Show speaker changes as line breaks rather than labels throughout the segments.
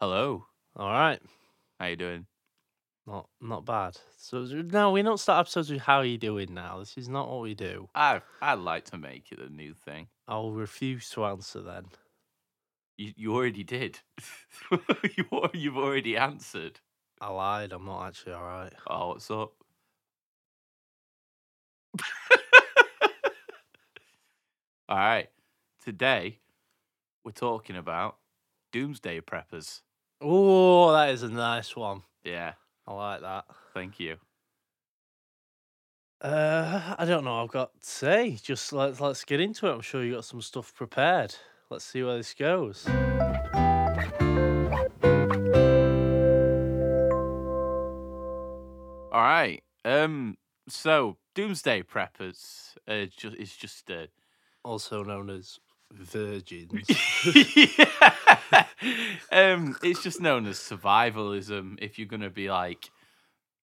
Hello.
All right.
How you doing?
Not not bad. So no, we don't start episodes with how are you doing now. This is not what we do.
I I'd like to make it a new thing.
I'll refuse to answer then.
You, you already did. you, al- you've already answered.
I lied. I'm not actually all right.
Oh, what's up? All right. Today, we're talking about doomsday preppers.
Oh, that is a nice one.
Yeah,
I like that.
thank you.
Uh, I don't know. I've got to say. Just let's let's get into it. I'm sure you got some stuff prepared. Let's see where this goes.
All right. Um. So, doomsday preppers. Uh, just it's just a
Also known as virgins.
um, it's just known as survivalism. If you're gonna be like,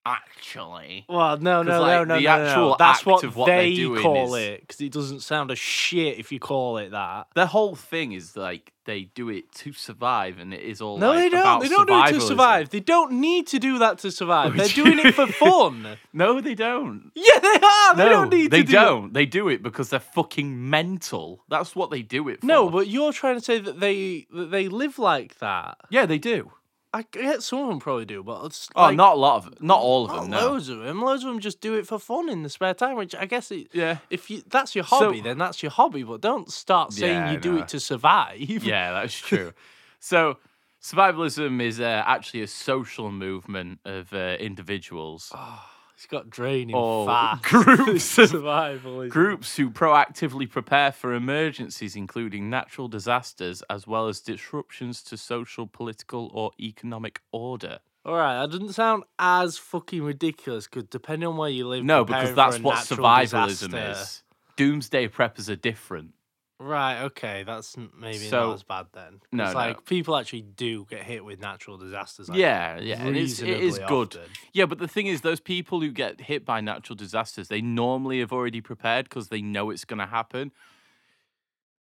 actually,
Well, no,
'Cause,
no,
like,
no, no,
the
no, no, no.
actual
That's
act
what,
of what they're
they
doing
call
is-
it because it doesn't sound a shit if you call it that.
the whole thing is like they do it to survive, and it is all
No,
like,
they don't.
about
They don't do it to
survivalism.
survive. They don't need to do that to survive.
Oh,
They're
do
doing it for
you?
fun.
No, they don't.
Yeah, they are.
No,
they don't need
they
to do it.
don't. They do it because they're fucking mental. That's what they do it for.
No, but you're trying to say that they that they live like that.
yeah, they do.
I get some of them probably do, but it's
Oh,
like,
not a lot of, not all of
not
them. No.
loads of them. Loads of them just do it for fun in the spare time, which I guess it,
Yeah.
if you that's your
So-
hobby, then that's your hobby. But don't start saying
Yeah,
you do
no.
it to survive.
Yeah, that's true. so, survivalism is uh, actually a social movement of uh, individuals,
Oh, It's got draining
Oh,
fast.
groups of-
survival. isn't it?
groups who proactively prepare for emergencies, including natural disasters, as well as disruptions to social, political, or economic order.
All right, that doesn't sound as fucking ridiculous because depending on where you live,
No, because
preparing for
that's
a
what
natural
survivalism
disaster-
is. Doomsday preppers are different.
Right. Okay, that's n- maybe
So-
not as bad then.
No,
it's
no.
like people actually do get hit with natural disasters. Like,
yeah, yeah, and it's, it is
reasonably
good.
often.
Yeah, but the thing is, those people who get hit by natural disasters, they normally have already prepared because they know it's going to happen.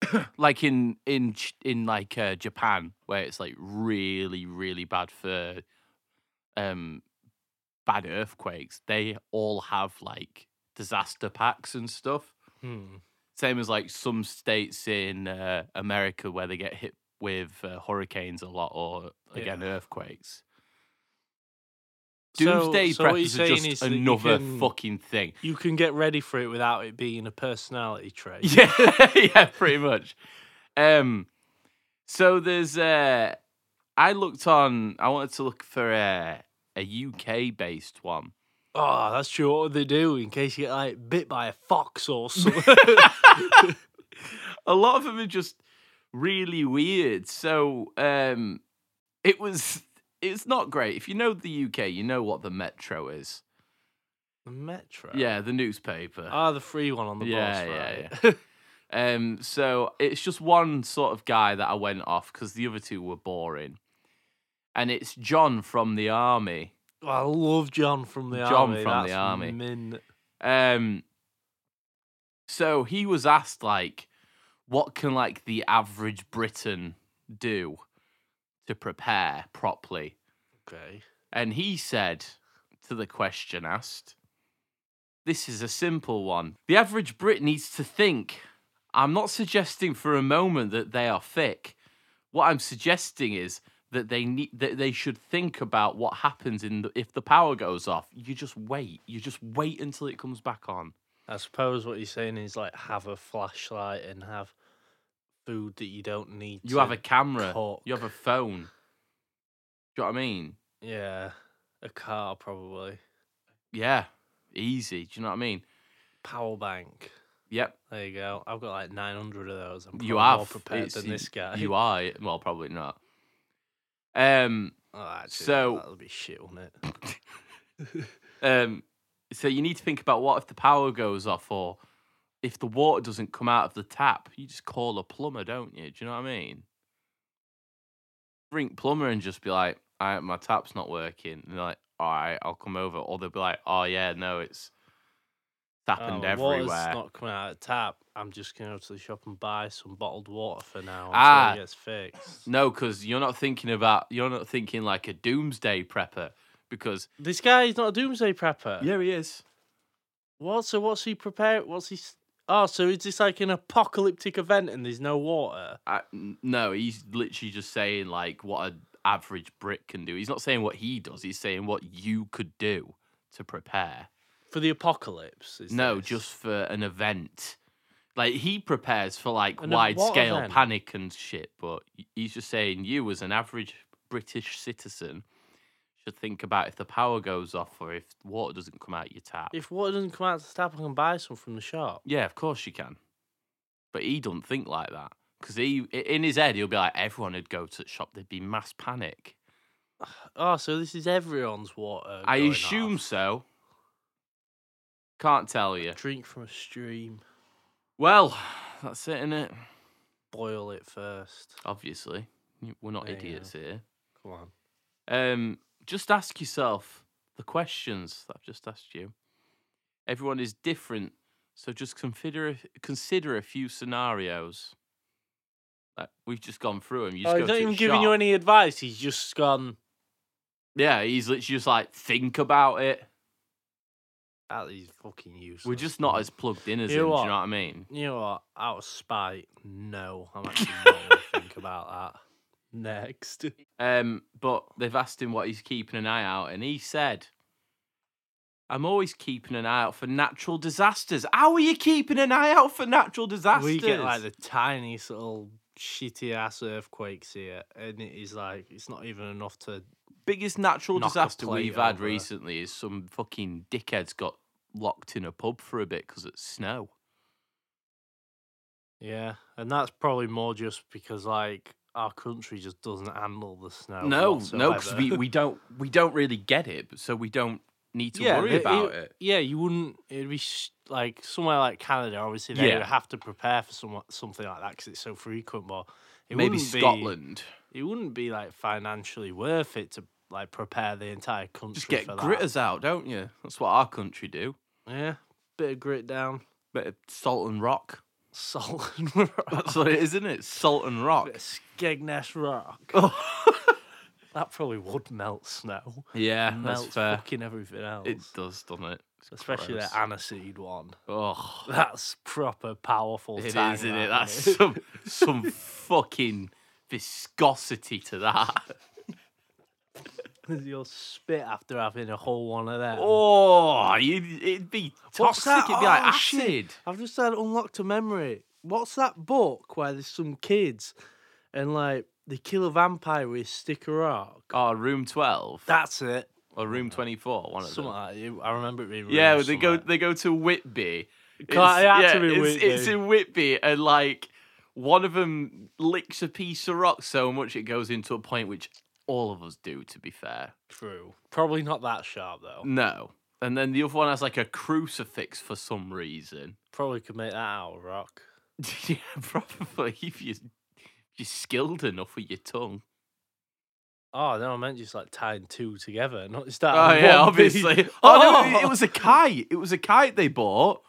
like in in Ch- in like uh, Japan, where it's like really really bad for um bad earthquakes, they all have like disaster packs and stuff.
Hmm.
Same as like some states in uh, America where they get hit with uh, hurricanes a lot or again earthquakes.
So-
Doomsday
so what
preppers
you're
are
saying is
just
that you
another
can-
fucking thing.
You can get ready for it without it being a personality trait.
Yeah, yeah, pretty much. Um, so there's uh, I looked on. I wanted to look for a a UK based one.
Oh, that's true. What they do in case you get like bit by a fox or something.
a lot of them are just really weird. So um, it was. It's not great. If you know the UK, you know what the Metro is.
the metro.
Yeah, the newspaper.
Ah, the free one on the
Yeah,
bus,
yeah,
right?
Um, so it's just one sort of guy that I went off because the other two were boring. And it's John from the army.
Oh, I love John from the
John
army.
from the
That's
Army.
min-
Um, so he was asked like, what can like the average Briton do to prepare properly?
Okay.
And he said to the question asked, This is a simple one. The average Brit needs to think. I'm not suggesting for a moment that they are thick. What I'm suggesting is that they need that they should think about what happens in the, if the power goes off. You just wait. You just wait until it comes back on.
I suppose what you're saying is like have a flashlight and have food that you don't need.
You
to-
have a camera.
cock.
You have a phone. Do you know what I mean?
yeah, a car probably,
Yeah. Easy. Do you know what I mean?
power bank.
Yep.
There you go. I've got like 900 of those. I'm
You
probably
are
more prepared than this guy.
You are well, probably not. Um,
Oh, actually,
So-
that'll be shit on it.
um, so you need to think about what if the power goes off or if the water doesn't come out of the tap. You just call a plumber, don't you? Do you know what I mean? Ring plumber and just be like, I, "My tap's not working." And they're like, "All right, I'll come over." Or they'll be like, "Oh yeah, no, it's happened
oh,
everywhere.
Water's not coming out of the tap. I'm just going to go to the shop and buy some bottled water for now until
Ah.
it gets fixed.
No, because you're not thinking about you're not thinking like a doomsday prepper because
This guy is not a doomsday prepper.
he is.
What? So what's he prepare? What's he? s- Oh, so is this like an apocalyptic event and there's no water?
I, n- no, he's literally just saying like what an average Brit can do. He's not saying what he does. He's saying what you could do to prepare.
for the apocalypse. Is
no,
this?
just for an event. Like he prepares for like
An ev-
wide
what
scale
event?
panic and shit, but y- he's just saying you as an average British citizen should think about if the power goes off or if water doesn't come out your tap.
if water doesn't come out to the tap, I can buy some from the shop.
Yeah, of course you can. But he don't think like that because he, i- in his head, he'll be like, everyone would go to the shop, there'd be mass panic.
Oh, so this is everyone's water.
I
going
assume
off.
so. Can't tell you.
Drink from a stream,
Well, that's it, innit?
boil it first.
Obviously, You- we're not
There you
idiots here.
Come on.
Um, just ask yourself the questions that I've just asked you. Everyone is different, so just consider a, consider a few scenarios. Like, we've just gone through them. You just
Oh,
go
he's
to
not
the
even giving you
shop.
any advice. He's just gone.
Yeah, he's literally just like, think about it.
That is fucking useless.
We're just not as plugged in as
You
him,
know
do you know
what?
what I mean?
You know what? Out of spite, no. I'm actually not going to think about that. Next.
Um, but they've asked him what he's keeping an eye out, and he said, I'm always keeping an eye out for natural disasters. How are you keeping an eye out for natural disasters?
We get like the tiniest little shitty ass earthquakes here, and it is like, it's not even enough to
biggest natural
knock a
disaster
plate
we've had
over.
recently is some fucking dickheads got locked in a pub for a bit because it's snow.
Yeah, and that's probably more just because like our country just doesn't handle the snow.
no, no, because
whatsoever.
we, we don't we don't really get it, so we don't need to
Yeah,
worry
it-
about it.
yeah, you wouldn't. It'd be sh- like somewhere like Canada. Obviously, they
Yeah.
would have to prepare for some, something like that because it's so frequent. But it
Maybe
wouldn't be-
Scotland.
it wouldn't be like financially worth it to like prepare the entire country.
Just get
for that.
gritters out, don't you? That's what our country do.
Yeah, bit of grit down,
Bit of salt and rock.
salt and rock,
That's what it is, isn't it? Salt and
bit
rock.
of Skegness rock. That probably would melt snow.
yeah, that's
Melts
fair.
fucking everything else.
It does, doesn't it? It's
especially
gross.
the aniseed one.
Oh,
That's proper powerful.
it is,
tang,
isn't
that,
it? That's some some fucking viscosity to that.
You'll spit after having a whole one of them.
Oh, you, it'd be
What's
toxic.
that?
It'd be like
Oh, shit.
acid.
I've just had unlocked a memory. What's that book where there's some kids and like they kill a vampire with a stick of rock?
Oh, room twelve
That's it.
or room twenty-four. One of them.
Something like that. I remember it being.
Yeah,
ruined
they go
somewhere.
they go to Whitby. It's,
Can't- it had to be
it's, it's
Whitby.
in Whitby, and like one of them licks a piece of rock so much it goes into a point which all of us do. To be fair,
True. Probably not that sharp though.
no. And then the other one has like a crucifix for some reason.
Probably could make that out of rock.
yeah, probably if you if you're skilled enough with your tongue.
Oh no, I meant just like tying two together, not just that.
Oh yeah,
one piece.
obviously. Oh, no, it-
Oh.
it was a kite. It was a kite they bought,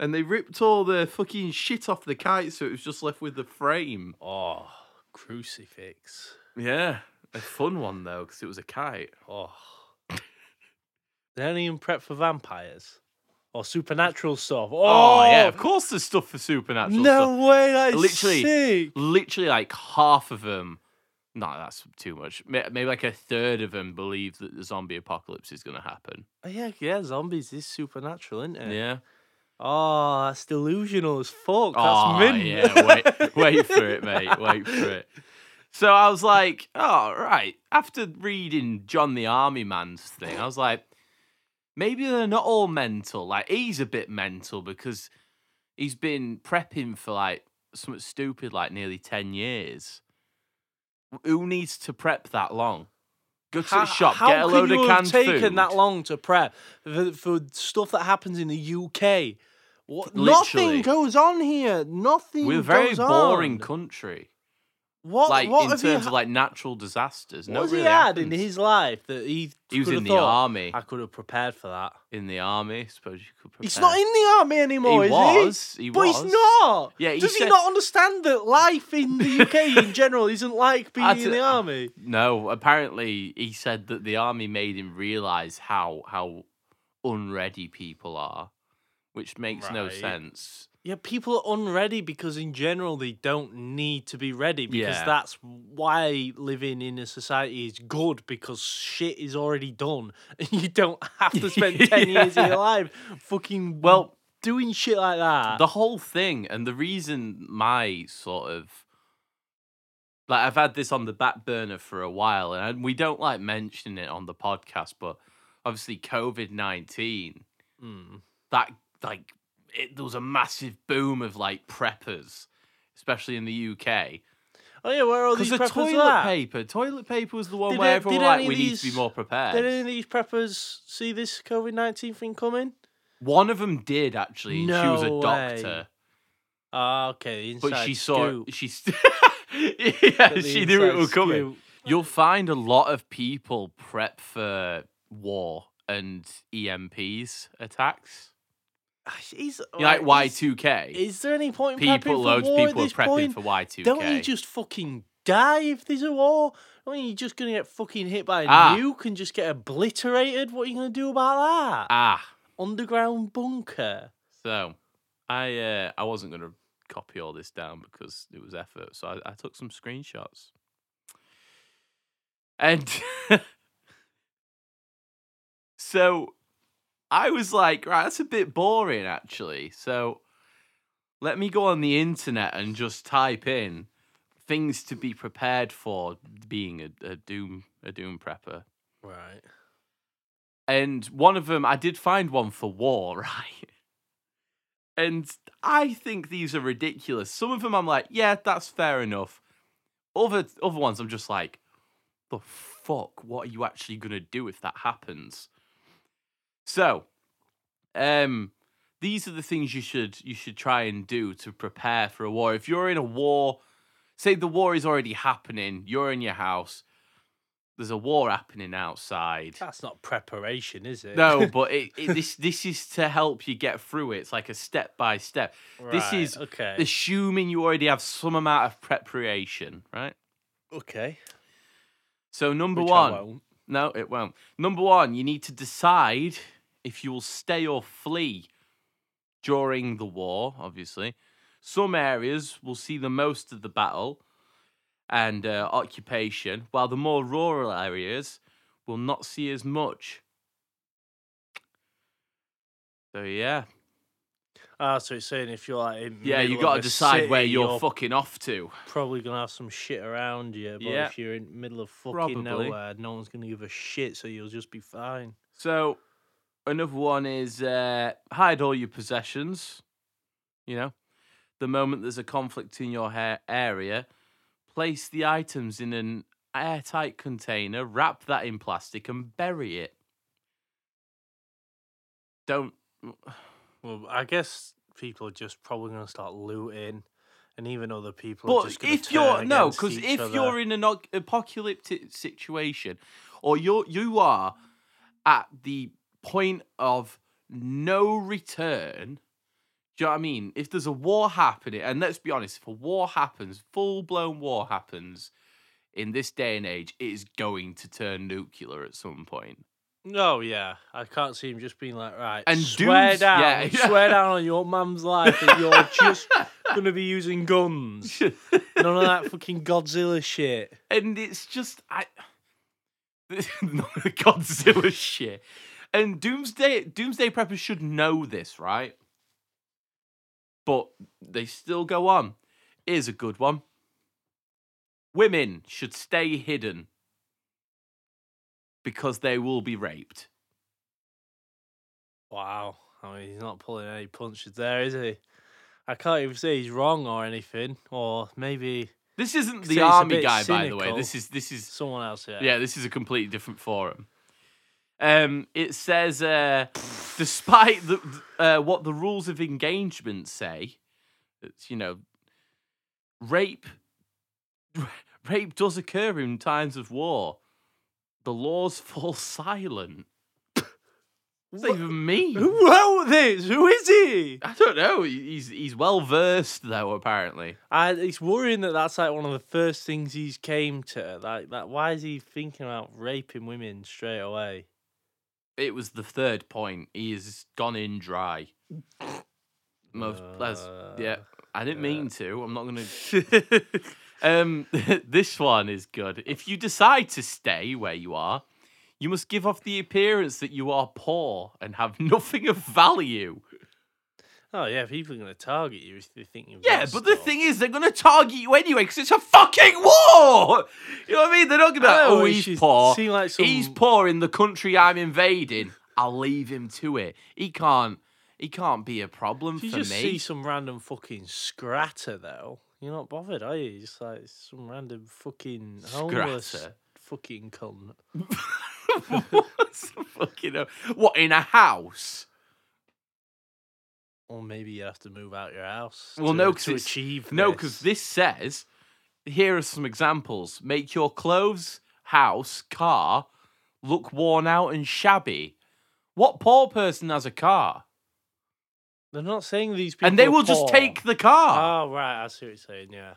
and they ripped all the fucking shit off the kite, so it was just left with the frame.
Oh, crucifix.
Yeah, a fun one though, because it was a kite.
Oh. They don't even prep for vampires or supernatural stuff. Oh,
Oh, yeah, of course there's stuff for supernatural
No
stuff.
way, that is
Literally.
sick.
Literally, like half of them. No, that's too much. May- Maybe like a third of them believe that the zombie apocalypse is going to happen.
Oh, Yeah, yeah, zombies is supernatural, isn't it?
Yeah.
Oh, that's delusional as fuck. That's
Aw,
mint.
Oh, yeah, wait, wait for it, mate. Wait for it. So I was like, oh, right. After reading John the Army Man's thing, I was like, maybe they're not all mental. Like, he's a bit mental because he's been prepping for like something stupid, like nearly 10 years. Who needs to prep that long? Go to the shop,
how
get a load
could you
of
have
canned
taken
food.
that long to prep for, for stuff that happens in the UK? What,
Literally.
nothing goes on here. Nothing.
We're a very
goes
boring
on.
country.
What?
like
what
in
have
terms
you
of
ha-
like natural disasters.
what
no,
has
really
he had in
happens.
his life that he?
He was
could
in
have
the
thought,
army.
I could have prepared for that.
In the army, I suppose you could. Prepare.
He's not in the army anymore,
He
is
was. He
he? But
was.
he's not.
Yeah, he
Does he
said-
not understand that life in the UK in general isn't like being
d-
in the army?
No, apparently he said that the army made him realize how how unready people are, which makes no
Right.
sense.
Yeah, people are unready because in general they don't need to be ready because
Yeah.
that's why living in a society is good because shit is already done and you don't have to spend 10 years of
Yeah.
your life fucking
Well,
doing shit like that.
The whole thing and the reason my sort of like I've had this on the back burner for a while and I- we don't like mentioning it on the podcast, but obviously COVID-19
Mm.
that like it, there was a massive boom of like preppers, especially in the UK.
Oh yeah, where are all
Because
these
the
preppers
toilet
at?
paper, toilet paper was the one
Did
where
it-
everyone
did
were like
any
we
of
need to
these-
be more
Did any
prepared.
of these preppers see this COVID 19 thing coming?
One of them did actually. and she was
No
a
way.
doctor,
Ah, okay, the inside
but she saw
scoop.
she st- yeah
The
she knew it
inside
was coming.
scoop.
You'll find a lot of people prep for war and EMPs attacks.
He's,
You like Y
right, he's-
two K.
Ah, Is there any point in prepping
People, loads
for
of
war
people are
at this
prepping
point?
for Y two
Don't you
K.
just fucking die if there's a war? I mean, you're just gonna get fucking hit by a
Ah.
nuke and just get obliterated. What are you gonna do about that?
Ah,
Underground bunker.
so I uh, I wasn't gonna copy all this down because it was effort. So I, I took some screenshots, and so I was like, right, that's a bit boring actually. So let me go on the internet and just type in things to be prepared for being a, a doom a doom prepper.
Right.
And one of them, I did find one for war, right? And I think these are ridiculous. Some of them I'm like, yeah, that's fair enough. Other other ones I'm just like, the fuck, what are you actually gonna do if that happens? So, um, these are the things you should you should try and do to prepare for a war. If you're in a war, say the war is already happening, you're in your house, there's a war happening outside.
That's not preparation, is it?
No, but it, it, this this is to help you get through it. It's like a step by step. this
Right,
is
okay.
Assuming you already have some amount of preparation, right?
okay.
So number
Which I
one,
won't.
no, it won't. Number one, you need to decide if you will stay or flee during the war. Obviously, some areas will see the most of the battle and uh, occupation, while the more rural areas will not see as much. So yeah.
Ah, so it's saying if you're like in
Yeah, you
middle
got
of
to
a
decide where
city,
you're, fucking off to.
probably gonna have some shit around you. But
Yeah.
if you're in the middle of fucking
Probably.
nowhere, no one's gonna give a shit, so you'll just be fine.
So, another one is uh, hide all your possessions. You know, the moment there's a conflict in your ha- area, place the items in an airtight container, wrap that in plastic, and bury it. Don't.
Well, I guess people are just probably going to start looting, and even other people. are
But
just gonna
if
turn
you're no,
against
because
each
if
other.
you're in an oc- apocalyptic situation, or you're you are at the point of no return. Do you know what I mean? If there's a war happening, and let's be honest, if a war happens, full blown war happens in this day and age, it is going to turn nuclear at some point.
oh yeah, I can't see him just being like right
And
swear
dudes-
down,
yeah, yeah.
swear down on your mum's life that you're just going to be using guns. None of that fucking Godzilla shit.
and it's just I Godzilla shit. And Doomsday Doomsday preppers should know this, right? But they still go on. Here's a good one. Women should stay hidden because they will be raped.
Wow, I mean he's not pulling any punches there, is he? I can't even say he's wrong or anything, or maybe
This isn't
See, it's
the
a
army
bit
guy, by the way.
cynical.
This is this is
someone else here.
Yeah, this is a completely different forum. Um, it says, uh, despite the, uh, what the rules of engagement say, it's, you know, rape rape does occur in times of war, the laws fall silent. What does that even mean?
Who wrote this? Who is he?
I don't know. He- He's he's well versed though, apparently.
I, it's worrying that that's like one of the first things he's came to. Like, like why is he thinking about raping women straight away?
It was the third point. He has gone in dry. Most that's- Uh, yeah. I didn't mean to. I'm not gonna. Um, this one is good. If you decide to stay where you are, you must give off the appearance that you are poor and have nothing of value.
oh yeah, people are gonna target you if they think you're.
Yeah, but the thing is, they're going to target you anyway because it's a fucking war. You know what I mean? They're not going to.
Oh,
Oh,
it
he's
should
poor.
seem like some-
He's poor in the country I'm invading. I'll leave him to it. He can't. He can't be a problem
you
for
just
me.
see some random fucking scratter though. You're not bothered, are you? Just like some random fucking homeless
Scratter?
fucking cunt.
What's the fucking hell? what in a house?
Or maybe you have to move out your house.
Well,
to,
no, because
to achieve
no, because
this.
this says here are some examples: make your clothes, house, car look worn out and shabby. What poor person has a car?
they're not saying these people.
And they
are
will just
poor.
take the car.
Oh right, I see what you're saying. Yeah,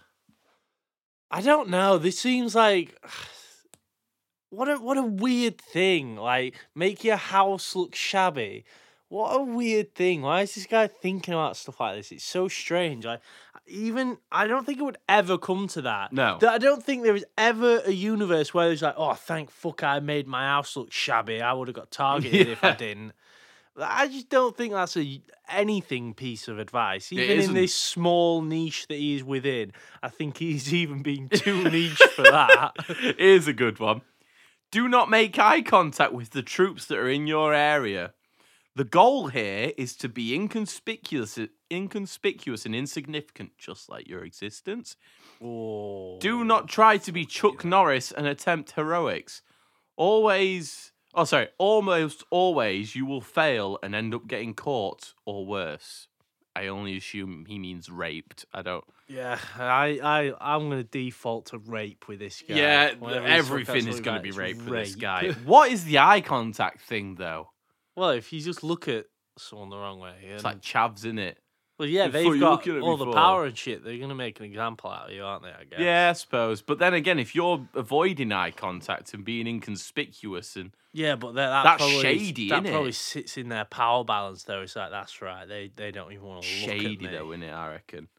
I don't know. This seems like what a what a weird thing. Like make your house look shabby. What a weird thing. Why is this guy thinking about stuff like this? It's so strange. Like even I don't think it would ever come to that.
No.
That I don't think there is ever a universe where it's like, oh thank fuck I made my house look shabby. I would have got targeted if I
Yeah.
didn't. I just don't think that's a anything piece of advice. Even in
isn't.
this small niche that he's within, I think he's even being too niche for that.
Here's a good one. Do not make eye contact with the troops that are in your area. The goal here is to be inconspicuous, inconspicuous and insignificant, just like your existence.
Oh,
Do not try to be Chuck Norris and attempt heroics. Always, oh, sorry, almost always you will fail and end up getting caught or worse. I only assume he means raped. I don't.
Yeah, I, I, I'm gonna default to rape with this guy.
Yeah,
Whatever he's- that's
everything
what
is
he's
going
like,
to be
it's
raped for this
rape.
guy. What is the eye contact thing, though?
Well, if you just look at someone the wrong way, and,
It's like chavs, in it?
well, yeah,
before you
they've got
look at it
all the
before.
power and shit. They're gonna make an example out of you, aren't they? I guess.
Yeah, I suppose. But then again, if you're avoiding eye contact and being inconspicuous, and
Yeah, but that, that
That's
probably,
shady,
That
innit?
probably sits in their power balance, though. It's like that's right. They they don't even
Oh,
want to look at
shady
me.
though, innit? I reckon.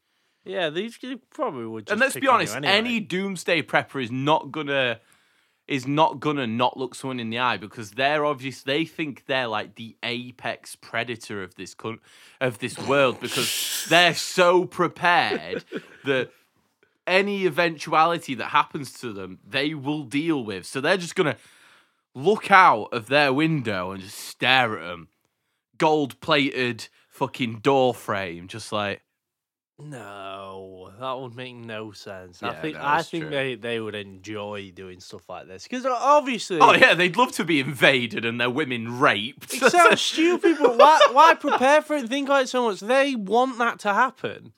Yeah, these they probably would. Just
and let's
pick
be
on you
honest,
anyway.
any doomsday prepper is not gonna is not gonna not look someone in the eye because they're obvious. They think they're like the apex predator of this coun- of this world because they're so prepared that any eventuality that happens to them, they will deal with. So they're just gonna look out of their window and just stare at them, gold plated fucking door frame, just like
No, that would make no sense. I
Yeah,
think
no,
I
that's
think
true.
they they would enjoy doing stuff like this because obviously.
Oh yeah, they'd love to be invaded and their women raped.
It sounds stupid, but why, why prepare for it and think about it so much? They want that to happen.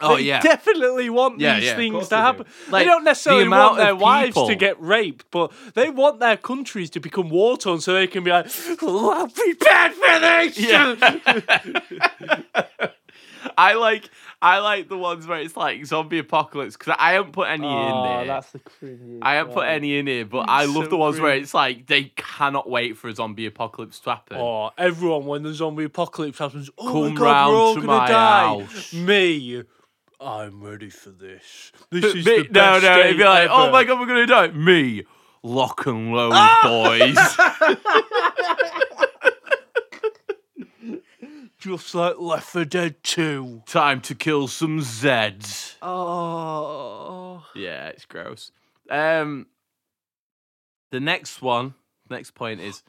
oh
They
yeah,
definitely want
Yeah,
these
yeah, of
things
course
to
they do.
happen.
Like,
they don't
the
necessarily
amount
want their
of
wives
people-
to get raped, but they want their countries to become war torn so they can be like, oh, I'm prepared for this.
yeah. I like I like the ones where it's like zombie apocalypse because I haven't put any in there.
the cringe.
I haven't put any in here, but I love
so
the ones where
cringe.
it's like they cannot wait for a zombie apocalypse to happen.
Oh, everyone when the zombie apocalypse happens, oh
Come
my god,
round
we're all
to
gonna
my
die.
house.
Me, I'm ready for this. This
But
is
me-
the
no,
best
no, it'd
day
be like, oh
ever." Ah!
my god, we're gonna die. Me, lock and load, boys.
just like Left 4 Dead 2.
Time to kill some Zeds.
Oh,
Yeah, it's gross. Um, the next one, next point is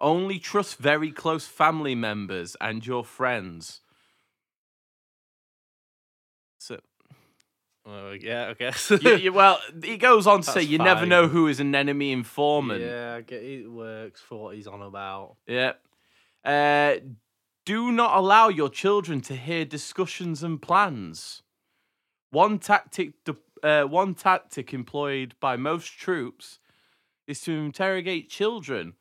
only trust very close family members and your friends. So,
yeah, I guess.
you, you- well, he goes on to say
That's
you never know
fine.
who is an enemy informant.
yeah, I get it works for what he's on about.
Yeah. Uh, do not allow your children to hear discussions and plans. One tactic de- uh, one tactic employed by most troops is to interrogate children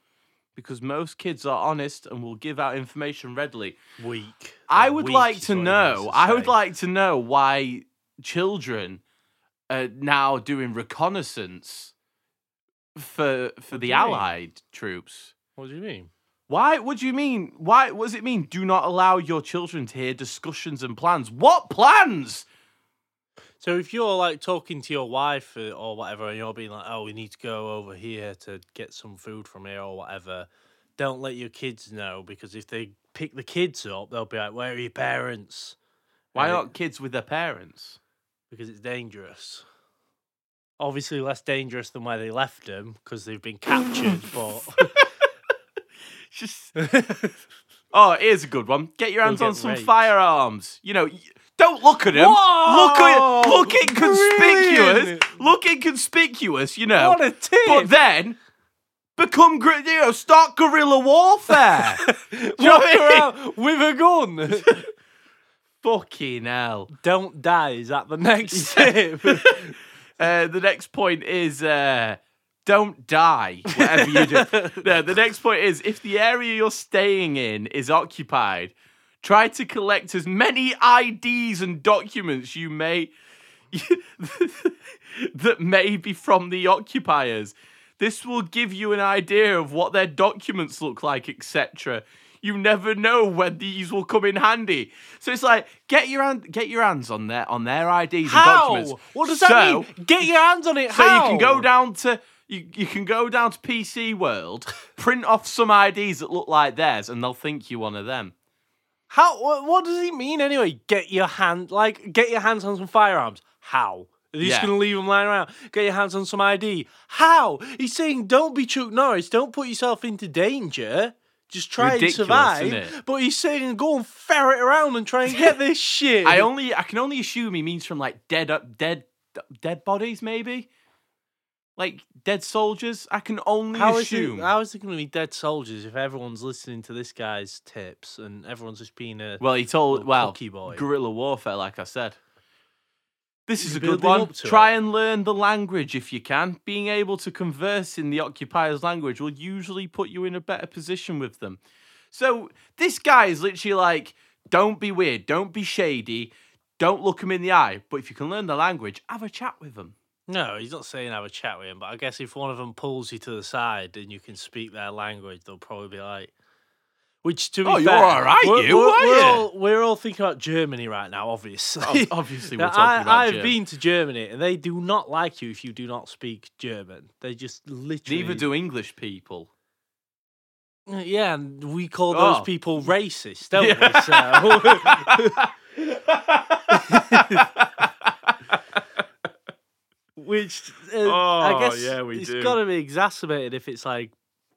because most kids are honest and will give out information readily.
Weak.
I
Uh,
would
weak
like
is
to
what he
know.
means to
I would
say.
like to know why children are now doing reconnaissance for for
What do
the
you mean?
Allied troops.
What do you mean?
Why? What do you mean? Why? What does it mean? Do not allow your children to hear discussions and plans. What plans?
So if you're like talking to your wife uh, or whatever, and you're being like, "Oh, we need to go over here to get some food from here or whatever," don't let your kids know because if they pick the kids up, they'll be like, "Where are your parents?"
Why
And it-
aren't kids with their parents?
Because it's dangerous. Obviously, less dangerous than where they left them because they've been captured. but
Just oh, here's a good one. Get your
You'll
hands on
get
some
raped.
firearms. You know, y- don't look at them. Look at
Whoa,
look inconspicuous.
brilliant.
Look inconspicuous. You know.
What a tip!
But then become gri- you know start guerrilla warfare. you know what
Walk
I mean?
around with a gun.
Fucking hell.
don't die. Is that the next tip?
Uh, the next point is uh, don't die, whatever you do. No, the next point is if the area you're staying in is occupied, try to collect as many IDs and documents you may that may be from the occupiers. This will give you an idea of what their documents look like, etc. You never know when these will come in handy. So it's like get your hand, get your hands on their on their IDs
How?
and documents.
What does
So-
that mean? Get your hands on it.
so
How?
you can go down to you, you can go down to PC World, print off some IDs that look like theirs, and they'll think you're one of them.
How? What, what does it mean anyway? Get your hand, like, get your hands on some firearms. How? Are you just
Yeah.
gonna leave them lying around? Get your hands on some ID. How? He's saying, don't be Chuck Norris. Don't put yourself into danger. Just try
Ridiculous,
and survive.
isn't it?
But he's saying, go and ferret around and try and get this shit.
I only I can only assume he means from like dead up dead dead bodies maybe, like dead soldiers. I can only
How is,
assume.
it, how is it going to be dead soldiers if everyone's listening to this guy's tips and everyone's just being a
well, he told
Little
well
cocky boy.
guerrilla warfare, like I said. This is
You're
a good
building
one.
up to
Try
it.
and learn the language if you can. Being able to converse in the occupier's language will usually put you in a better position with them. So this guy is literally like, don't be weird, don't be shady, don't look them in the eye. But if you can learn the language, have a chat with them.
No, he's not saying have a chat with him, but I guess if one of them pulls you to the side and you can speak their language, they'll probably be like, which to be
Oh, you're
fair,
all right,
we're,
you,
we're,
are
we're
you?
all, we're all thinking about Germany right now, obviously.
Ob- Obviously, we're
Now,
talking
I,
about
I've
Germ-
been to Germany and they do not like you if you do not speak German. They just literally
Neither do English people.
Yeah, and we call
Oh.
those people racist, don't we? So which uh,
Oh,
I guess
yeah, we do.
it's got to be exacerbated if it's like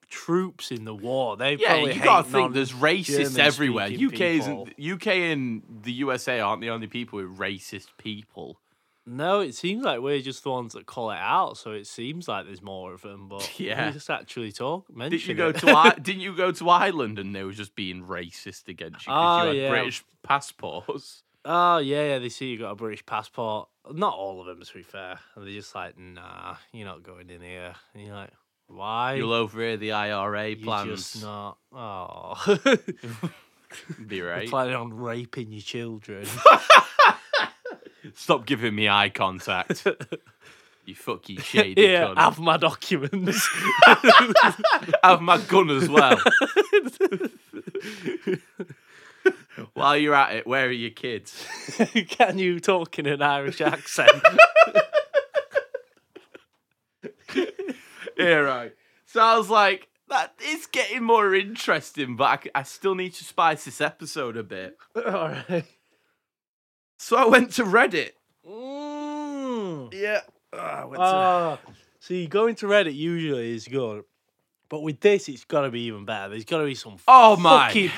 troops in the war. They
Yeah,
probably
you gotta
hate
think there's racists
German-speaking
everywhere. UK is
people.
UK and the USA aren't the only people with racist people.
No, it seems like we're just the ones that call it out, so it seems like there's more of them. But
Yeah.
we just actually talk. Mention
Didn't you go
it.
to I- didn't you go to Ireland and they were just being racist against you because
Oh,
you had
yeah.
British passports?
oh yeah, yeah. They see you got a British passport. Not all of them, to be fair. And they're just like, nah, you're not going in here. And you're like, why?
You'll overhear the IRA
You're
plans.
just not. Oh,
Be right.
planning on raping your children.
Stop giving me eye contact. you fucking shady
yeah,
cunt.
have my documents.
have my gun as well. While you're at it, where are your kids?
Can you talk in an Irish accent?
Yeah, right. So I was like, that is getting more interesting, but I c- I, still need to spice this episode a bit.
All right.
So I went to Reddit. Oh,
Mm.
Yeah. I went to-
Ah, see, going to Reddit usually is good, but with this, it's got to be even better. There's got to be some
oh my.
fucking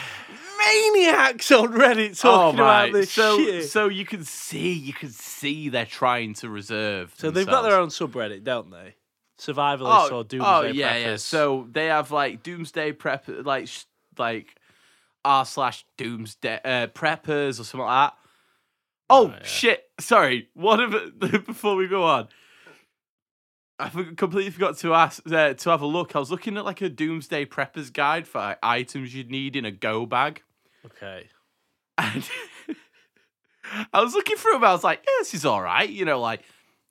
maniacs on Reddit talking
oh my.
about this
so
shit. So,
so you can see you can see they're trying to reserve.
they've got their
themselves.
own subreddit, don't they? Survivalists
Oh,
or doomsday
oh yeah, yeah.
preppers.
So they have like doomsday prep, like sh- like r slash doomsday uh, preppers or something like that. Oh
yeah.
shit! Sorry. One of before we go on, I for- completely forgot to ask uh, to have a look. I was looking at like a doomsday prepper's guide for like, items you'd need in a go bag,
Okay.
and I was looking through them. I was like, yeah, this is all right. You know, like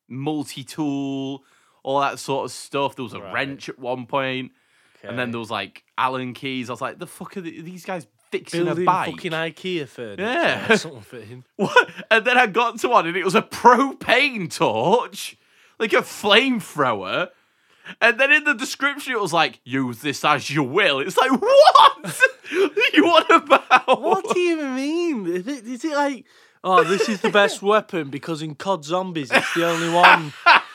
multi tool, all that sort of stuff. There was a
Right.
wrench at one point,
okay.
and then there was like Allen keys. I was like, the fuck are the- these guys fixing
building
a bike?
fucking IKEA furniture
Yeah.
or something.
What? And then I got to one and it was a propane torch, like a flamethrower. And then in the description it was like, use this as you will. It's like, what? you what about?
What do you mean? Is it, is it like, oh, this is the best weapon because in COD Zombies it's the only one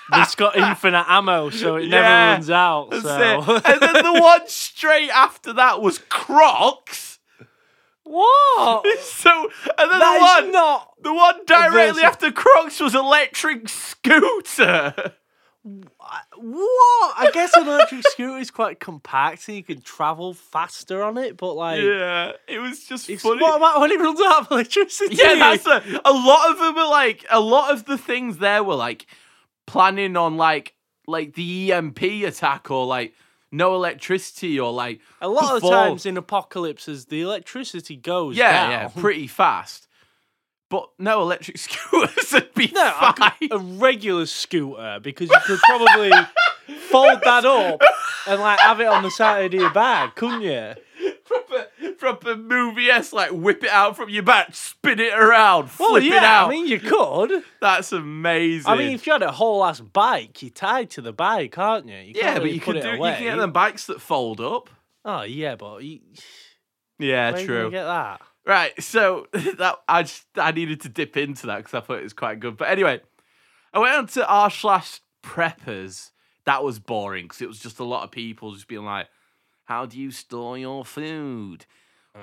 that's got infinite ammo, so it
Yeah,
never runs out.
That's
so
it. And then the one straight after that was Crocs.
what?
So and then the
That
one
is not.
the one directly
version.
after Crocs was electric scooter.
What? I guess an electric scooter is quite compact, so you can travel faster on it. But like,
Yeah. It was just
it's-
funny.
what about when it runs out of electricity?
Yeah, that's a, a lot of them are like a lot of the things there were like planning on like like the EMP attack or like no electricity or like
a lot of
Before-
times in apocalypses, the electricity goes
yeah
down.
yeah pretty fast. But no electric scooters would be
No, I
fine.
could- a regular scooter because you could probably fold that up and like have it on the side of your bag, couldn't you?
proper proper movie esque like whip it out from your back, spin it around, flip
Well,
it
yeah,
out.
I mean you could.
that's amazing.
I mean, if you had a whole ass bike, you're tied to the bike, aren't you? you can't
yeah, but
really
you can
put it
do you
away.
can get them bikes that fold up.
Oh yeah, but you,
Yeah,
where you
true.
gonna get that.
Right, so that I just I needed to dip into that because I thought it was quite good. But anyway, I went on to r slash preppers. That was boring because it was just a lot of people just being like, "How do you store your food?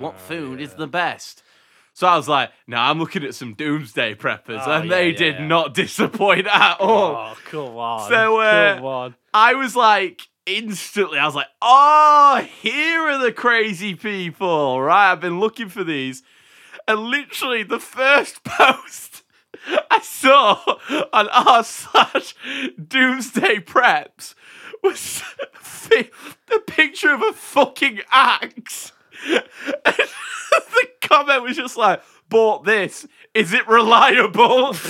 What
Oh,
food is
yeah.
the best?" So I was like, "No, I'm looking at some doomsday preppers,
Oh,
and
yeah,
they
yeah,
did
yeah.
not disappoint at all."
Oh, come on.
So, uh,
come on.
I was like, instantly, I was like, oh, here are the crazy people, right? I've been looking for these. And literally, the first post I saw on r slash doomsday preps was fi- the picture of a fucking axe. And the comment was just like, bought this. Is it reliable?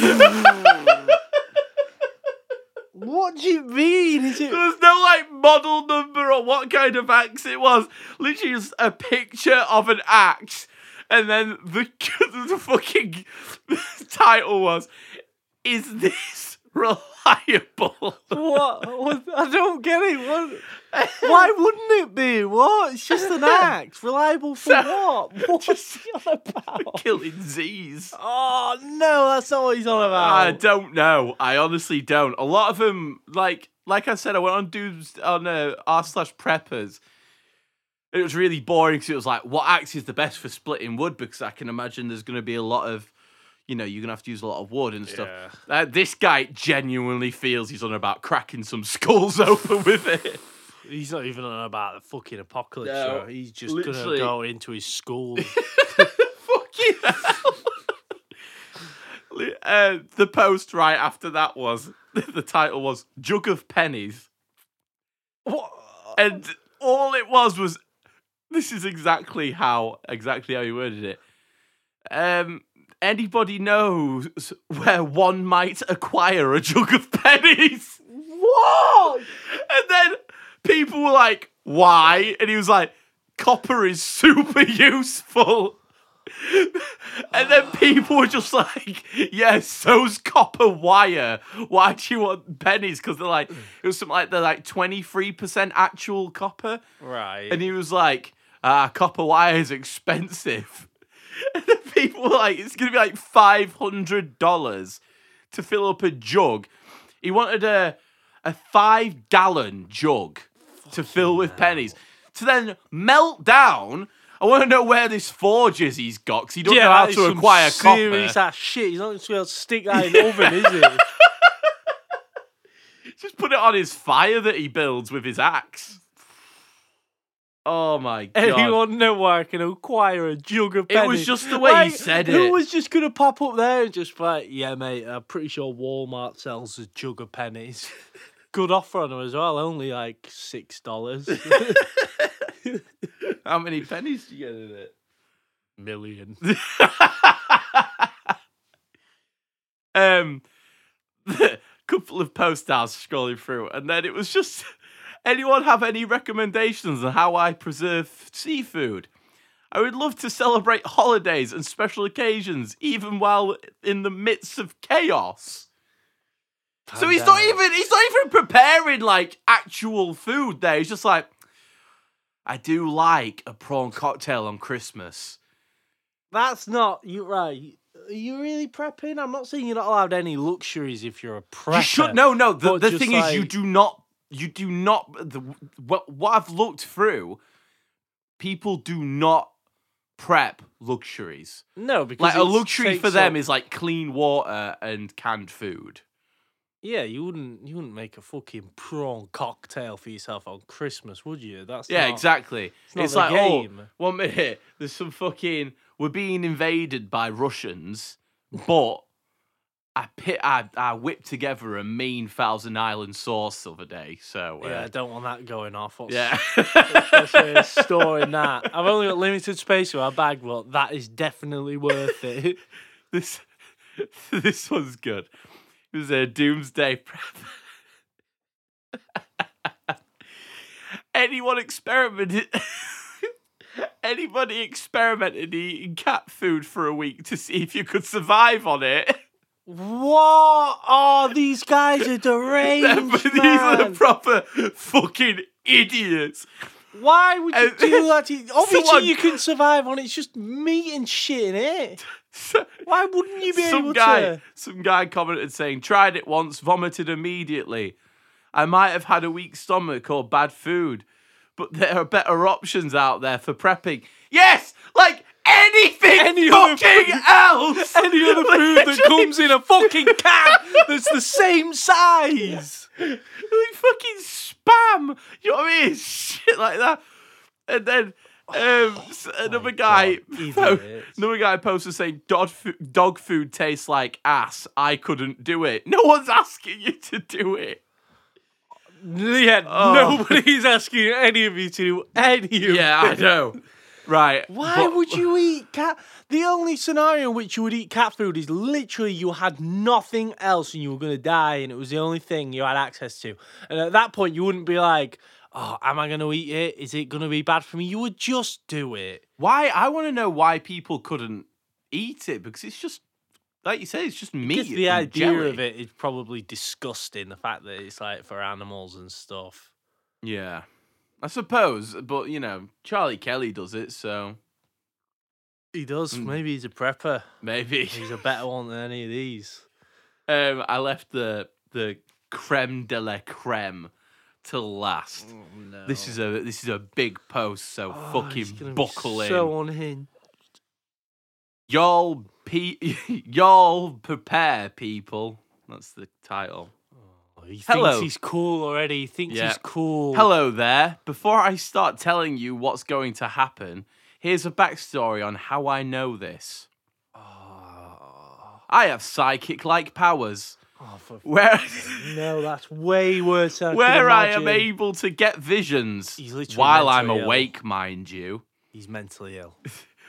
What do you mean? Is it?
There was no like model number or what kind of axe it was. Literally just a picture of an axe. And then the, the fucking title was Is This Reliable?
What? what? I don't get it. What? Why wouldn't it be? What? It's just an axe. Reliable for what? What's he on about?
Killing Z's.
Oh no, that's not what he's on
I
about.
don't know. I honestly don't. A lot of them, like, like I said, I went on dudes on uh, r slash preppers. It was really boring because it was like, what axe is the best for splitting wood? Because I can imagine there's going to be a lot of, you know, you're going to have to use a lot of wood and stuff. Uh, this guy genuinely feels he's on about cracking some skulls open with it.
He's not even on about the fucking apocalypse.
No,
though. He's just
literally.
gonna go into his school.
Fucking hell. Li- uh, the post right after that was the title was Jug of Pennies.
what?
and all it was was this is exactly how exactly how you worded it um anybody knows where one might acquire a jug of pennies
What?
and then people were like why and he was like copper is super useful and then people were just like, yeah, so's copper wire. Why do you want pennies? Because they're like, it was something like they're like 23% actual copper.
Right.
And he was like, ah, copper wire is expensive. And then people were like, it's going to be like $500 to fill up a jug. He wanted a, a five gallon jug to fill with pennies to then melt down. I want to know where this forge is he's got because he don't know how
that is
to
some
acquire
serious
copper.
ass shit. He's not just gonna stick that in the oven, is he?
Just put it on his fire that he builds with his axe. Oh my god.
Anyone know where I can acquire a jug of
it
pennies?
was just the way
Like,
he said
Who
it.
was just gonna pop up there and just be like, yeah, mate, I'm pretty sure Walmart sells a jug of pennies. Good offer on them as well, only like six dollars.
How many pennies do you get in it?
Million.
um, a couple of posts I was scrolling through, and then it was just anyone have any recommendations on how I preserve seafood? I would love to celebrate holidays and special occasions, even while in the midst of chaos. So he's not
Pandemic.
even he's not even preparing like actual food there. He's just like, I do like a prawn cocktail on Christmas.
That's not you right. Are you really prepping? I'm not saying you're not allowed any luxuries if you're a prepper.
You should no no. The,
but
the
just
thing is, you
like-
do not you do not the what what I've looked through. People do not prep luxuries.
No, because
Like a
it's-
luxury for
takes
them
up-
is like clean water and canned food.
yeah. You wouldn't you wouldn't make a fucking prawn cocktail for yourself on Christmas, would you? That's
Yeah,
not-
exactly. It's,
not the
like oh,
game.
one minute there's some fucking we're being invaded by Russians, but. I, pit, I I whipped together a mean Thousand Island sauce the other day, so
Yeah, I
uh,
don't want that going off. What's,
yeah.
what's the story in that? I've only got limited space in my bag, but that is definitely worth it.
this this one's good. It was a doomsday prep. Anyone experimented? Anybody experimented eating cat food for a week to see if you could survive on it?
what? Oh, these guys are
Them-
deranged,
These are the
man.
proper fucking idiots.
Why would you
And-
do that? to- Obviously,
Someone-
you can survive on it. It's just meat and shit in it.
So-
Why wouldn't you be
some
able
guy,
to?
some guy commented saying, "Tried it once, vomited immediately. I might have had a weak stomach or bad food, but there are better options out there for prepping." Yes, like anything
Any other
fucking else,
Any other food that
Literally,
comes in a fucking can that's the same size.
like fucking spam. You know what I mean? Shit like that. And then um, s- another guy,
Oh God,
po-
idiots.
another guy posted saying, dog, fo- "Dog food tastes like ass. I couldn't do it. No one's asking you to do it."
Yeah,
Oh.
nobody's asking any of you to do any of
Yeah, I
this.
know. Right.
Why
but-
would you eat cat? The only scenario in which you would eat cat food is literally you had nothing else and you were going to die, and it was the only thing you had access to. And at that point, you wouldn't be like, "Oh, am I going to eat it? Is it going to be bad for me?" You would just do it.
Why? I want to know why people couldn't eat it because it's just like you say, it's just meat.
Because the
and
idea
jelly.
of it is probably disgusting. The fact that it's like for animals and stuff.
Yeah, I suppose. But you know, Charlie Kelly does it, so
He does.
Mm.
Maybe he's a prepper.
maybe.
He's a better one than any of these.
Um, I left the the creme de la creme till last. This is a this is a big post, so
Oh, he's gonna
fucking
be
buckle in.
So unhinged.
Y'all, pe- y'all prepare, people. That's the title.
He
Hello.
thinks he's cool already. He thinks
Yeah.
he's cool.
Hello there. Before I start telling you what's going to happen, here's a backstory on how I know this.
Oh,
I have psychic like powers.
oh, for
Where.
no, that's way worse. than I could
Where I am
imagine.
able to get visions
He's literally
while I'm
mentally ill.
awake, mind you,
He's mentally ill.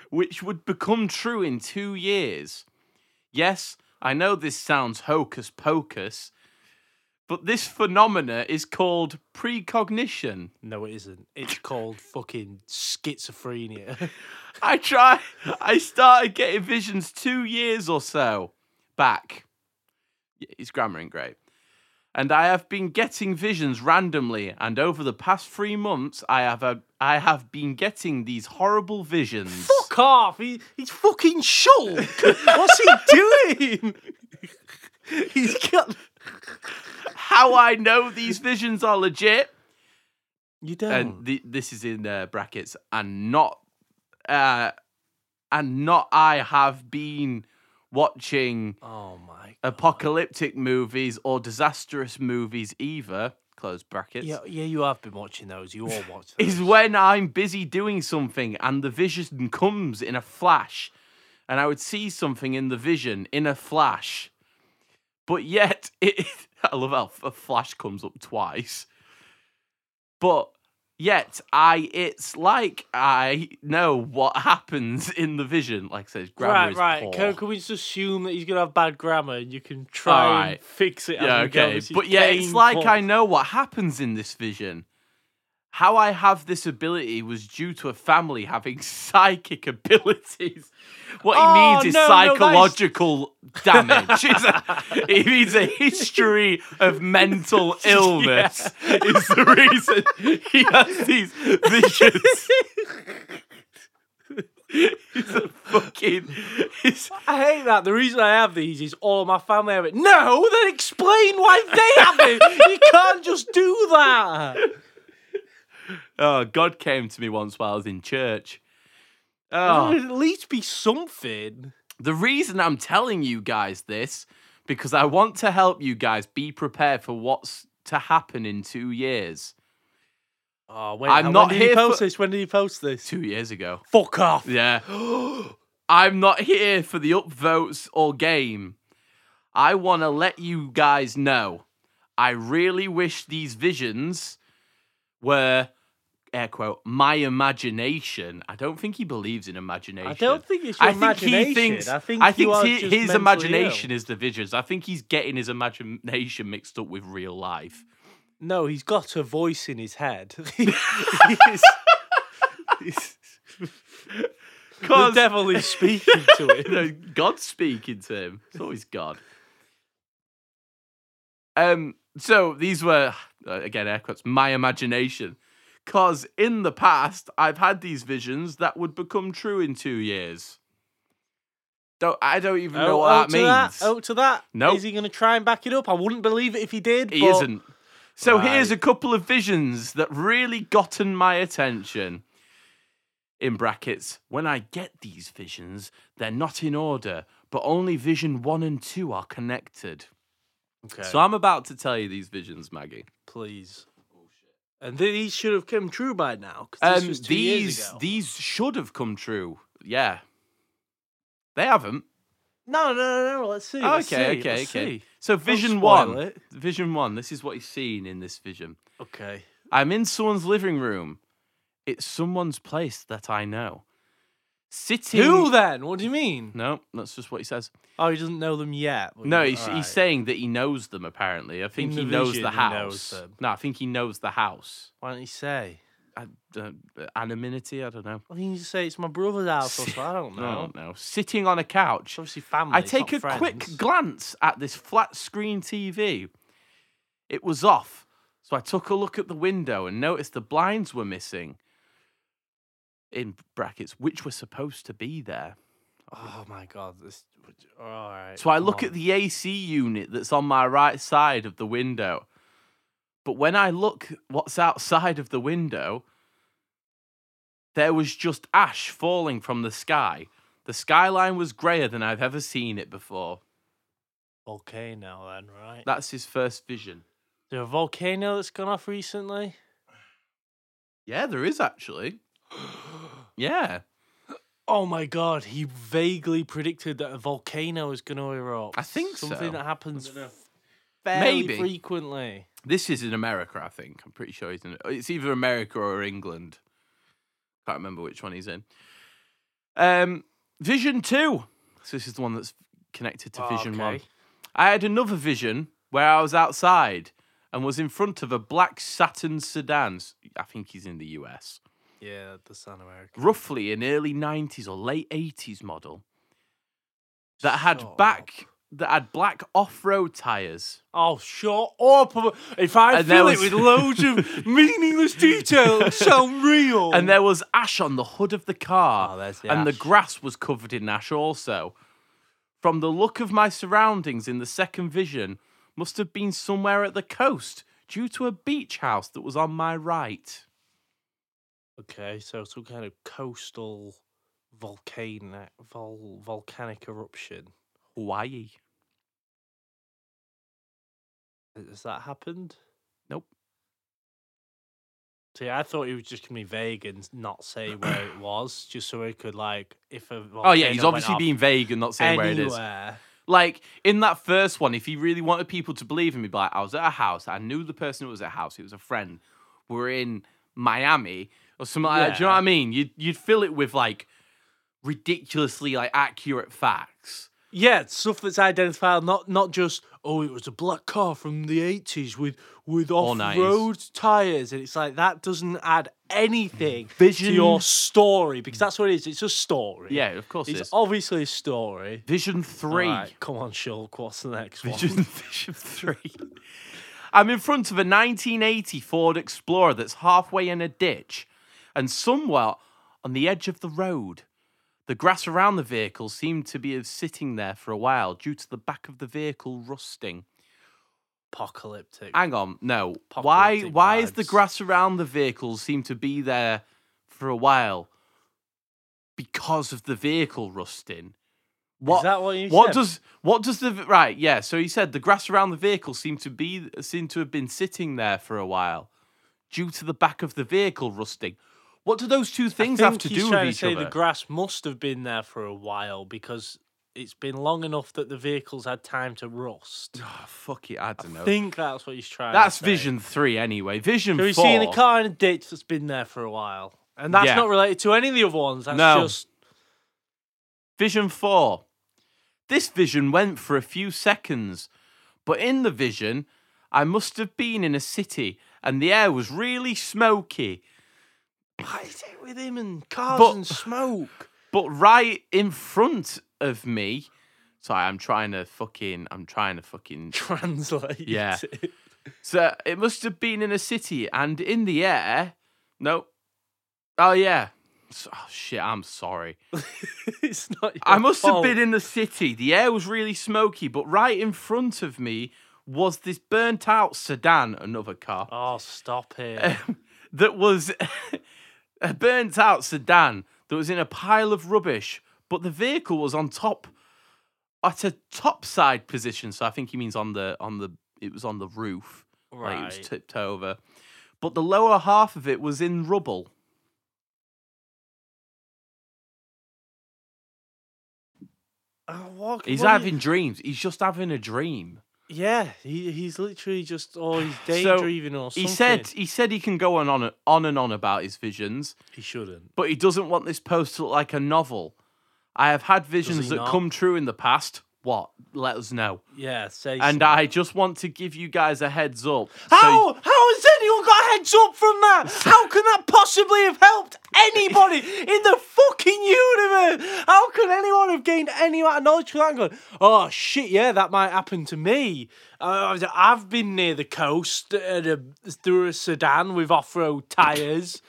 which would become true in two years. Yes, I know this sounds hocus pocus, but this phenomena is called precognition.
No, it isn't. It's called fucking schizophrenia.
I try. I started getting visions two years or so back. Yeah, He's grammaring great. And I have been getting visions randomly, and over the past three months, I have uh, I have been getting these horrible visions.
Fuck off. He, he's fucking Shulk. What's he doing? he's got.
How I know these visions are legit,
You don't.
and the, this is in uh, brackets, and not, uh, and not I have been watching
oh my.
apocalyptic movies or disastrous movies either. close brackets,
Yeah, yeah, you have been watching those. You all watch those.
is when I'm busy doing something and the vision comes in a flash. And I would see something in the vision in a flash. But yet, it, I love how a flash comes up twice. But yet, I it's like I know what happens in the vision. Like I said, grammar
right,
is
right.
poor.
Can, can we just assume that he's gonna have bad grammar and you can try and
Alright.
fix it?
yeah,
as we go?
okay.
This is
But yeah, it's like
painful.
I know what happens in this vision. How I have this ability was due to a family having psychic abilities. What he
Oh,
needs is
no, no, that is-
psychological damage. It's a- he needs a history of mental illness. Is the reason he has these visions. He's a fucking. he's-
I hate that. The reason I have these is all my family have it. No, then explain why they have it. you can't just do that.
oh, God came to me once while I was in church.
There
Oh.
should at least be something.
The reason I'm telling you guys this, because I want to help you guys be prepared for what's to happen in two years.
Oh wait,
I'm
when
not
did
here
he post
for-
this? When did he post this?
Two years ago.
Fuck off.
Yeah. I'm not here for the upvotes or game. I want to let you guys know. I really wish these visions were, air quote, my imagination. I don't think he believes in imagination.
I don't think it's your
I think
imagination.
he thinks.
I think,
I
you
think
are
he-
just
his
mentally
imagination
ill.
is the visions. I think he's getting his imagination mixed up with real life.
No, he's got a voice in his head. He's- he's- the
'Cause-
devil is speaking to
you
him.
know, God's speaking to him. It's always God. Um. So these were uh, again air quotes my imagination, because in the past I've had these visions that would become true in two years. Don't I don't even know what that
oh, to that,
means.
oh, to that.
Nope.
Is he going to try and back it up? I wouldn't believe it if he did.
He
but
isn't. So here's
Right.
a couple of visions that really gotten my attention. In brackets, when I get these visions, they're not in order, but only vision one and two are connected.
Okay.
So I'm about to tell you these visions, Maggie.
please. And these should have come true by now. 'cause this
Um,
was two years
these
ago.
these should have come true. Yeah. They haven't.
No, no, no, no. Let's see. let's see,
okay, okay,
let's
okay.
see.
So
Don't
vision
spoil
one.
it.
Vision one, this is what he's seen in this vision.
Okay.
I'm in someone's living room. It's someone's place that I know. Sitting.
Who then? What do you mean?
No, that's just what he says.
Oh, he doesn't know them yet. but
No,
you-
he's,
alright.
he's saying that he knows them. Apparently, I think
the
he knows
vision,
the
he
house.
knows them.
no, I think he knows the house.
Why don't you say?
I, uh, anonymity. I don't know.
Well, you can just say it's my brother's house or something. I don't
I
know.
don't know. Sitting on a couch.
It's obviously family.
I
it's
take
Hmm, not
a quick
friends.
glance at this flat screen TV. It was off, so I took a look at the window and noticed the blinds were missing. In brackets, which were supposed to be there.
Oh my god! This. All right.
So I look at the AC unit that's on my right side of the window. But when I look what's outside of the window, there was just ash falling from the sky. The skyline was grayer than I've ever seen it before.
volcano then, right?
That's his first vision.
There a volcano that's gone off recently.
Yeah, there is actually. Yeah.
Oh my god! He vaguely predicted that a volcano is going to erupt.
I think
something
so.
that happens f- fairly
Maybe.
frequently.
This is in America, I think. I'm pretty sure he's in it's either America or England. Can't remember which one he's in. Um Vision 2. So this is the one that's connected to
Oh,
Vision 1.
okay.
I had another vision where I was outside and was in front of a black satin sedan. S- I think he's in the US.
Yeah, that does sound American.
roughly an early 90s or late 80s model that had
Shut
back that had black off-road tires.
Oh, shut up! If I
And there
fill
was-
it with loads of meaningless detail, it'll sound real.
And there was ash on the hood of the car,
Oh, there's the
and the
ash.
grass was covered in ash also. From the look of my surroundings in the second vision, must have been somewhere at the coast due to a beach house that was on my right.
Okay, so some kind of coastal volcanic vol, volcanic eruption.
Hawaii.
Has that happened?
Nope.
See, I thought he was just gonna be vague and not say where it was, just so he could like if a
Oh yeah, he's obviously being vague and not saying where it is. Like in that first one, if he really wanted people to believe him, he'd be like, I was at a house. I knew the person who was at a house. It was a friend. We're in Miami or something like that. Do you know what I
Yeah.
mean? You'd, you'd fill it with like ridiculously like accurate facts.
Yeah, stuff that's identified, not not just oh, it was a black car from the eighties with with
Or
off
90s.
road tires, and it's like that doesn't add anything
Vision.
to your story because that's what it is. It's a story.
Yeah, of course it
it's
is.
obviously a story.
Vision 3.
Alright, come on, Shulk. What's the next one?
Vision, Vision 3. I'm in front of a 1980 Ford Explorer that's halfway in a ditch and somewhat on the edge of the road. The grass around the vehicle seemed to be sitting there for a while due to the back of the vehicle rusting.
Apocalyptic.
Hang on, no. Why
Apocalyptic
why is the
vibes.
grass around the vehicle seem to be there for a while? Because of the vehicle rusting. What
Is that what you
what
said?
does what does the right? Yeah, so he said the grass around the vehicle seemed to be seemed to have been sitting there for a while due to the back of the vehicle rusting. What do those two
I
things
think
have to
he's
do with
trying
each
to say
other?
The grass must have been there for a while because it's been long enough that the vehicles had time to rust.
oh, fuck it, I don't know.
I think that's what he's trying.
That's
to say.
Vision Three anyway. Vision
So
Four.
he's seeing a car in a ditch that's been there for a while, and that's
Yeah.
not related to any of the other ones. That's
No.
just
Vision 4. This vision went for a few seconds, but in the vision, I must have been in a city and the air was really smoky.
what is it with him and cars
But-
and smoke?
But right in front of me, sorry, I'm trying to fucking, I'm trying to fucking.
Translate.
Yeah.
it.
So it must have been in a city and in the air. No. Oh, yeah. S- Oh, shit, I'm sorry.
it's not. Your
I must
fault.
have been in the city. The air was really smoky, but right in front of me was this burnt out sedan, another car,
Oh, stop it!
that was a burnt out sedan that was in a pile of rubbish, but the vehicle was on top at a top side position. So I think he means on the on the it was on the roof. Like it
right.
was tipped over. But the lower half of it was in rubble.
Oh, what-
He's
what are you-
having dreams. He's just having a dream.
Yeah, he, he's literally just oh, he's
So,
daydreaming or something.
He said he said he can go on on, on and on about his visions,
he shouldn't.
but he doesn't want this post to look like a novel. I have had visions
he
that
not?
come true in the past. What? Let us know.
Yeah, say
And
so.
I just want to give you guys a heads up. So-
How? How has anyone got a heads up from that? How can that possibly have helped anybody in the fucking universe? How can anyone have gained any amount of knowledge from that? and Going, oh shit, yeah, that might happen to me. Uh, I've- I've been near the coast and a, through a sedan with off-road tires.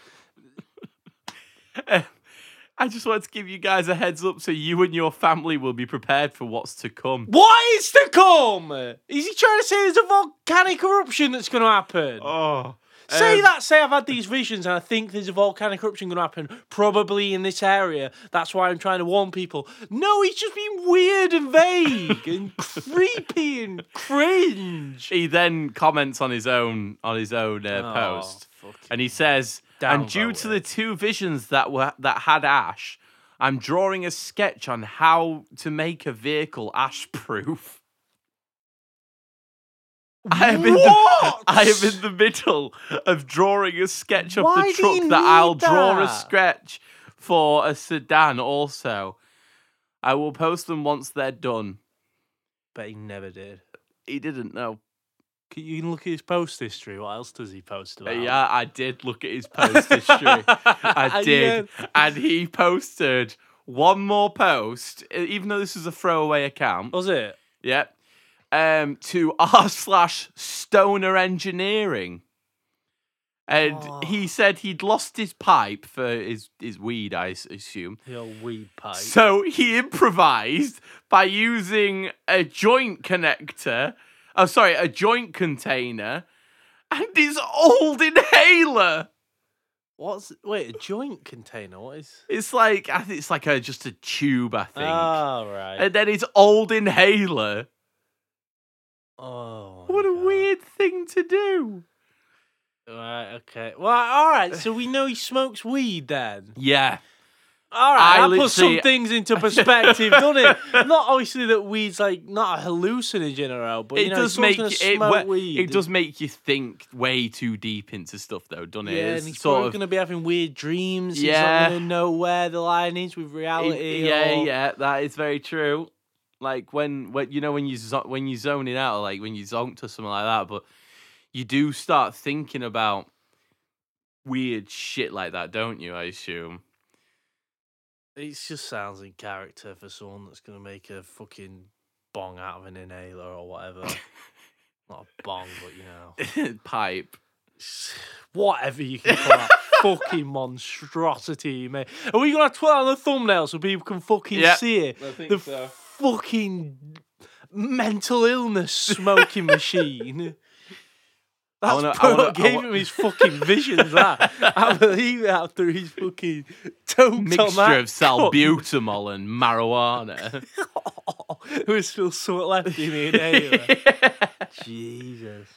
I just wanted to give you guys a heads up so you and your family will be prepared for what's to come.
What is to come? Is he trying to say there's a volcanic eruption that's going to happen?
Oh.
Say
Um,
that. Say I've had these visions and I think there's a volcanic eruption going to happen, probably in this area. That's why I'm trying to warn people. No, he's just been weird and vague and creepy and cringe.
He then comments on his own on his own uh,
Oh,
post.
fucking
and he says,
Down
and due to
voted.
the two visions that were that had ash, I'm drawing a sketch on how to make a vehicle ash proof. I am, in the,
What?
I am in the middle of drawing a sketch of
Why
the
do
truck
you
that I'll
need
draw a
that?
sketch for a sedan also. I will post them once they're done.
But he never did.
He didn't know.
Can- You can look at his post history. What else does he post about?
Yeah, I did look at his post history. I
And
did. And he posted one more post, e- even though this is a throwaway account.
Was it?
Yep. Um, to r slash stoner engineering. And he said he'd lost his pipe for his, his weed, I s- assume.
The old weed pipe.
So he improvised by using a joint connector. Oh, sorry, a joint container and his old inhaler.
What's wait a joint container? What is?
It's like I think it's like a just a tube, I think.
Ah right.
and then his old inhaler.
oh, my
What a
God.
weird thing to do.
Right. Okay. Well. All right. So we know he smokes weed then.
Yeah.
All right.
I
that puts some
literally-
things into perspective, doesn't it? Not obviously that weed's like not a hallucinogen or all, but
It
you know,
does
someone's
make
gonna
it,
smoke
we-
weed.
it does make you think way too deep into stuff though, doesn't
Yeah,
it? It's
and he's
sort
probably
of-
gonna be having weird dreams.
Yeah.
He's not gonna know where the line is with reality.
It- yeah,
or-
yeah, that is very true. Like when, when you know when you zo- when you zone it out, or like when you zonked or something like that, but you do start thinking about weird shit like that, don't you? I assume.
It just sounds in character for someone that's gonna make a fucking bong out of an inhaler or whatever. Not a bong, but you know.
Pipe.
whatever you can call that fucking monstrosity you made. Are we gonna have to put that on the thumbnail so people can fucking
Yeah.
see it?
I think
The fucking mental illness smoking machine. That's
wanna- I
pro-
wanna- I
gave
wa-
him his fucking visions. That I believe it after his fucking toe
Mixture of salbutamol and marijuana.
There was still somewhat left in the inhaler. Jesus.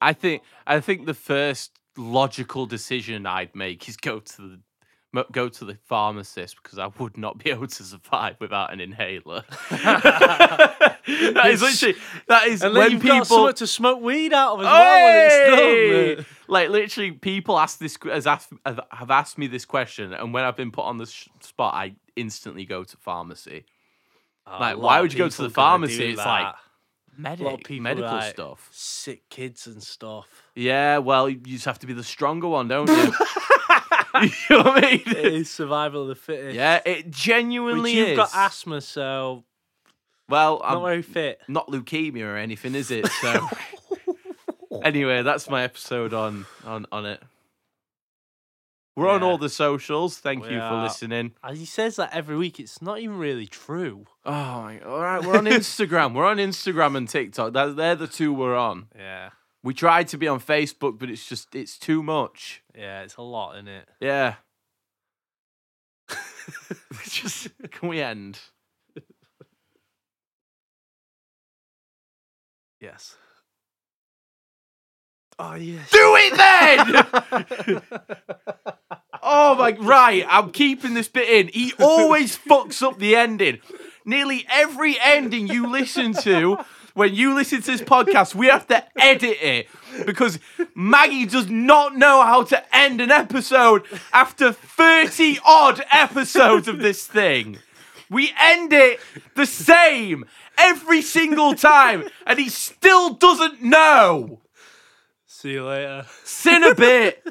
I think I think the first logical decision I'd make is go to the mo- go to the pharmacist because I would not be able to survive without an inhaler. that is
It's-
literally that is
And then
when
you've
people
got something to smoke weed out of as well when
Hey!
it's done.
like literally people ask this has asked, have have asked me this question and when I've been put on the sh- spot I instantly go to pharmacy.
Oh,
Like,
a
why
lot of
would you go to the
people gonna
pharmacy?
do
It's like,
that.
Medic,
lot of people
medical
like-
stuff.
sick kids and stuff.
Yeah, well, you just have to be the stronger one, don't you? you know what I mean?
It is survival of the fittest.
Yeah, it genuinely
Which you've
is.
got asthma, so
well, I'm
not very fit.
not leukemia or anything, is it? So anyway, that's my episode on on on it. We're on
Yeah.
all the socials. Thank
We
you for
are.
listening.
As he says that every week, it's not even really true.
Oh, my, all right. We're on Instagram. we're on Instagram and TikTok. That, they're the two we're on.
Yeah,
We tried to be on Facebook, but it's just it's too much.
yeah, it's a lot in it.
Yeah. just can we end?
Yes. Oh yes.
Do it then! oh my, right, I'm keeping this bit in. He always fucks up the ending. Nearly every ending you listen to, when you listen to this podcast, we have to edit it because Maggie does not know how to end an episode after 30 odd episodes of this thing. We end it the same every single time, and he still doesn't know.
See you later.
Sin a bit.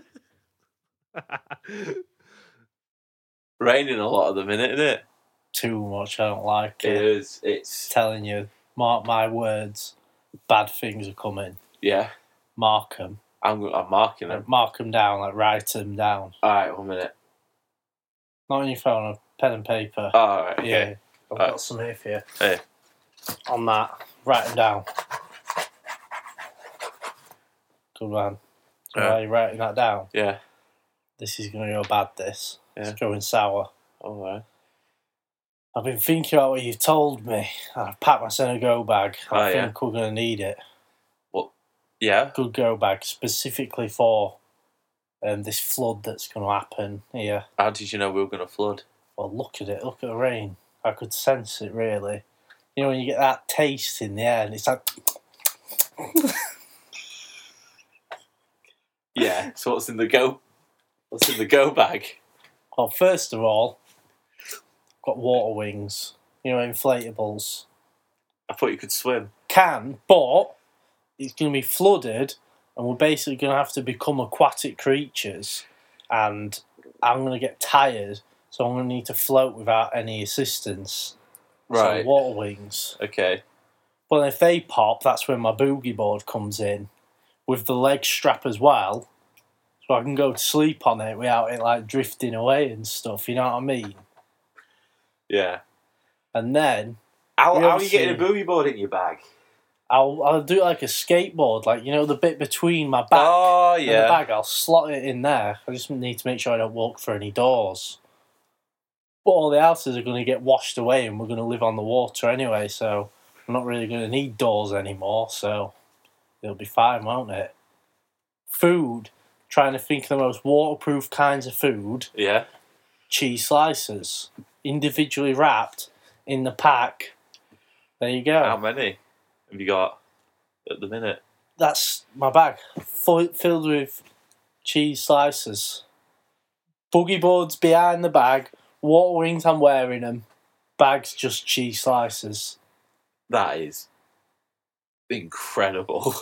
Raining a lot at the minute, isn't it?
Too much. I don't like
is. It's
Telling you, mark my words. Bad things are coming.
yeah.
Mark them.
I'm I'm marking
Mark them down. Like write them down.
All right, one minute.
Not on your phone. A pen and paper.
All right.
Yeah, I've
Uh,
got some here for you.
Hey.
On that, write them down. Good man. So
Yeah.
while you're writing that down,
Yeah.
this is going to go bad, this.
Yeah.
It's going sour.
All right.
I've been thinking about what you've told me. I've packed my send a go bag.
Oh,
I
yeah.
think we're going to need it.
Yeah.
Good go bag, specifically for um, this flood that's going to happen here.
How did you know we were gonna flood?
Well, look at it. Look at the rain. I could sense it, really. You know, when you get that taste in the air, and it's like,
Yeah. So what's in the go? What's in the go bag?
Well, first of all, I've got water wings, you know, inflatables.
I thought you could swim.
Can, but it's going to be flooded, and we're basically going to have to become aquatic creatures. And I'm going to get tired, so I'm going to need to float without any assistance. So, water wings.
okay.
Well, if they pop, that's when my boogie board comes in with the leg strap as well. So I can go to sleep on it without it like drifting away and stuff, you know what I mean?
Yeah.
And then
How, how
We
are you
obviously-
getting a boogie board in your bag?
I'll I'll do it like a skateboard, like you know the bit between my back
Oh
and the bag. I'll slot it in there. I just need to make sure I don't walk through any doors. But all the houses are going to get washed away, and we're going to live on the water anyway, so I'm not really going to need doors anymore. So it'll be fine, won't it? Food.
trying to think of the most waterproof kinds of food,
Yeah.
cheese slices, individually wrapped in the pack. There you go.
How many have you got at the minute?
That's my bag, Fu- filled with cheese slices. Boogie boards behind the bag, water wings, I'm wearing them. Bags just cheese slices.
That is incredible.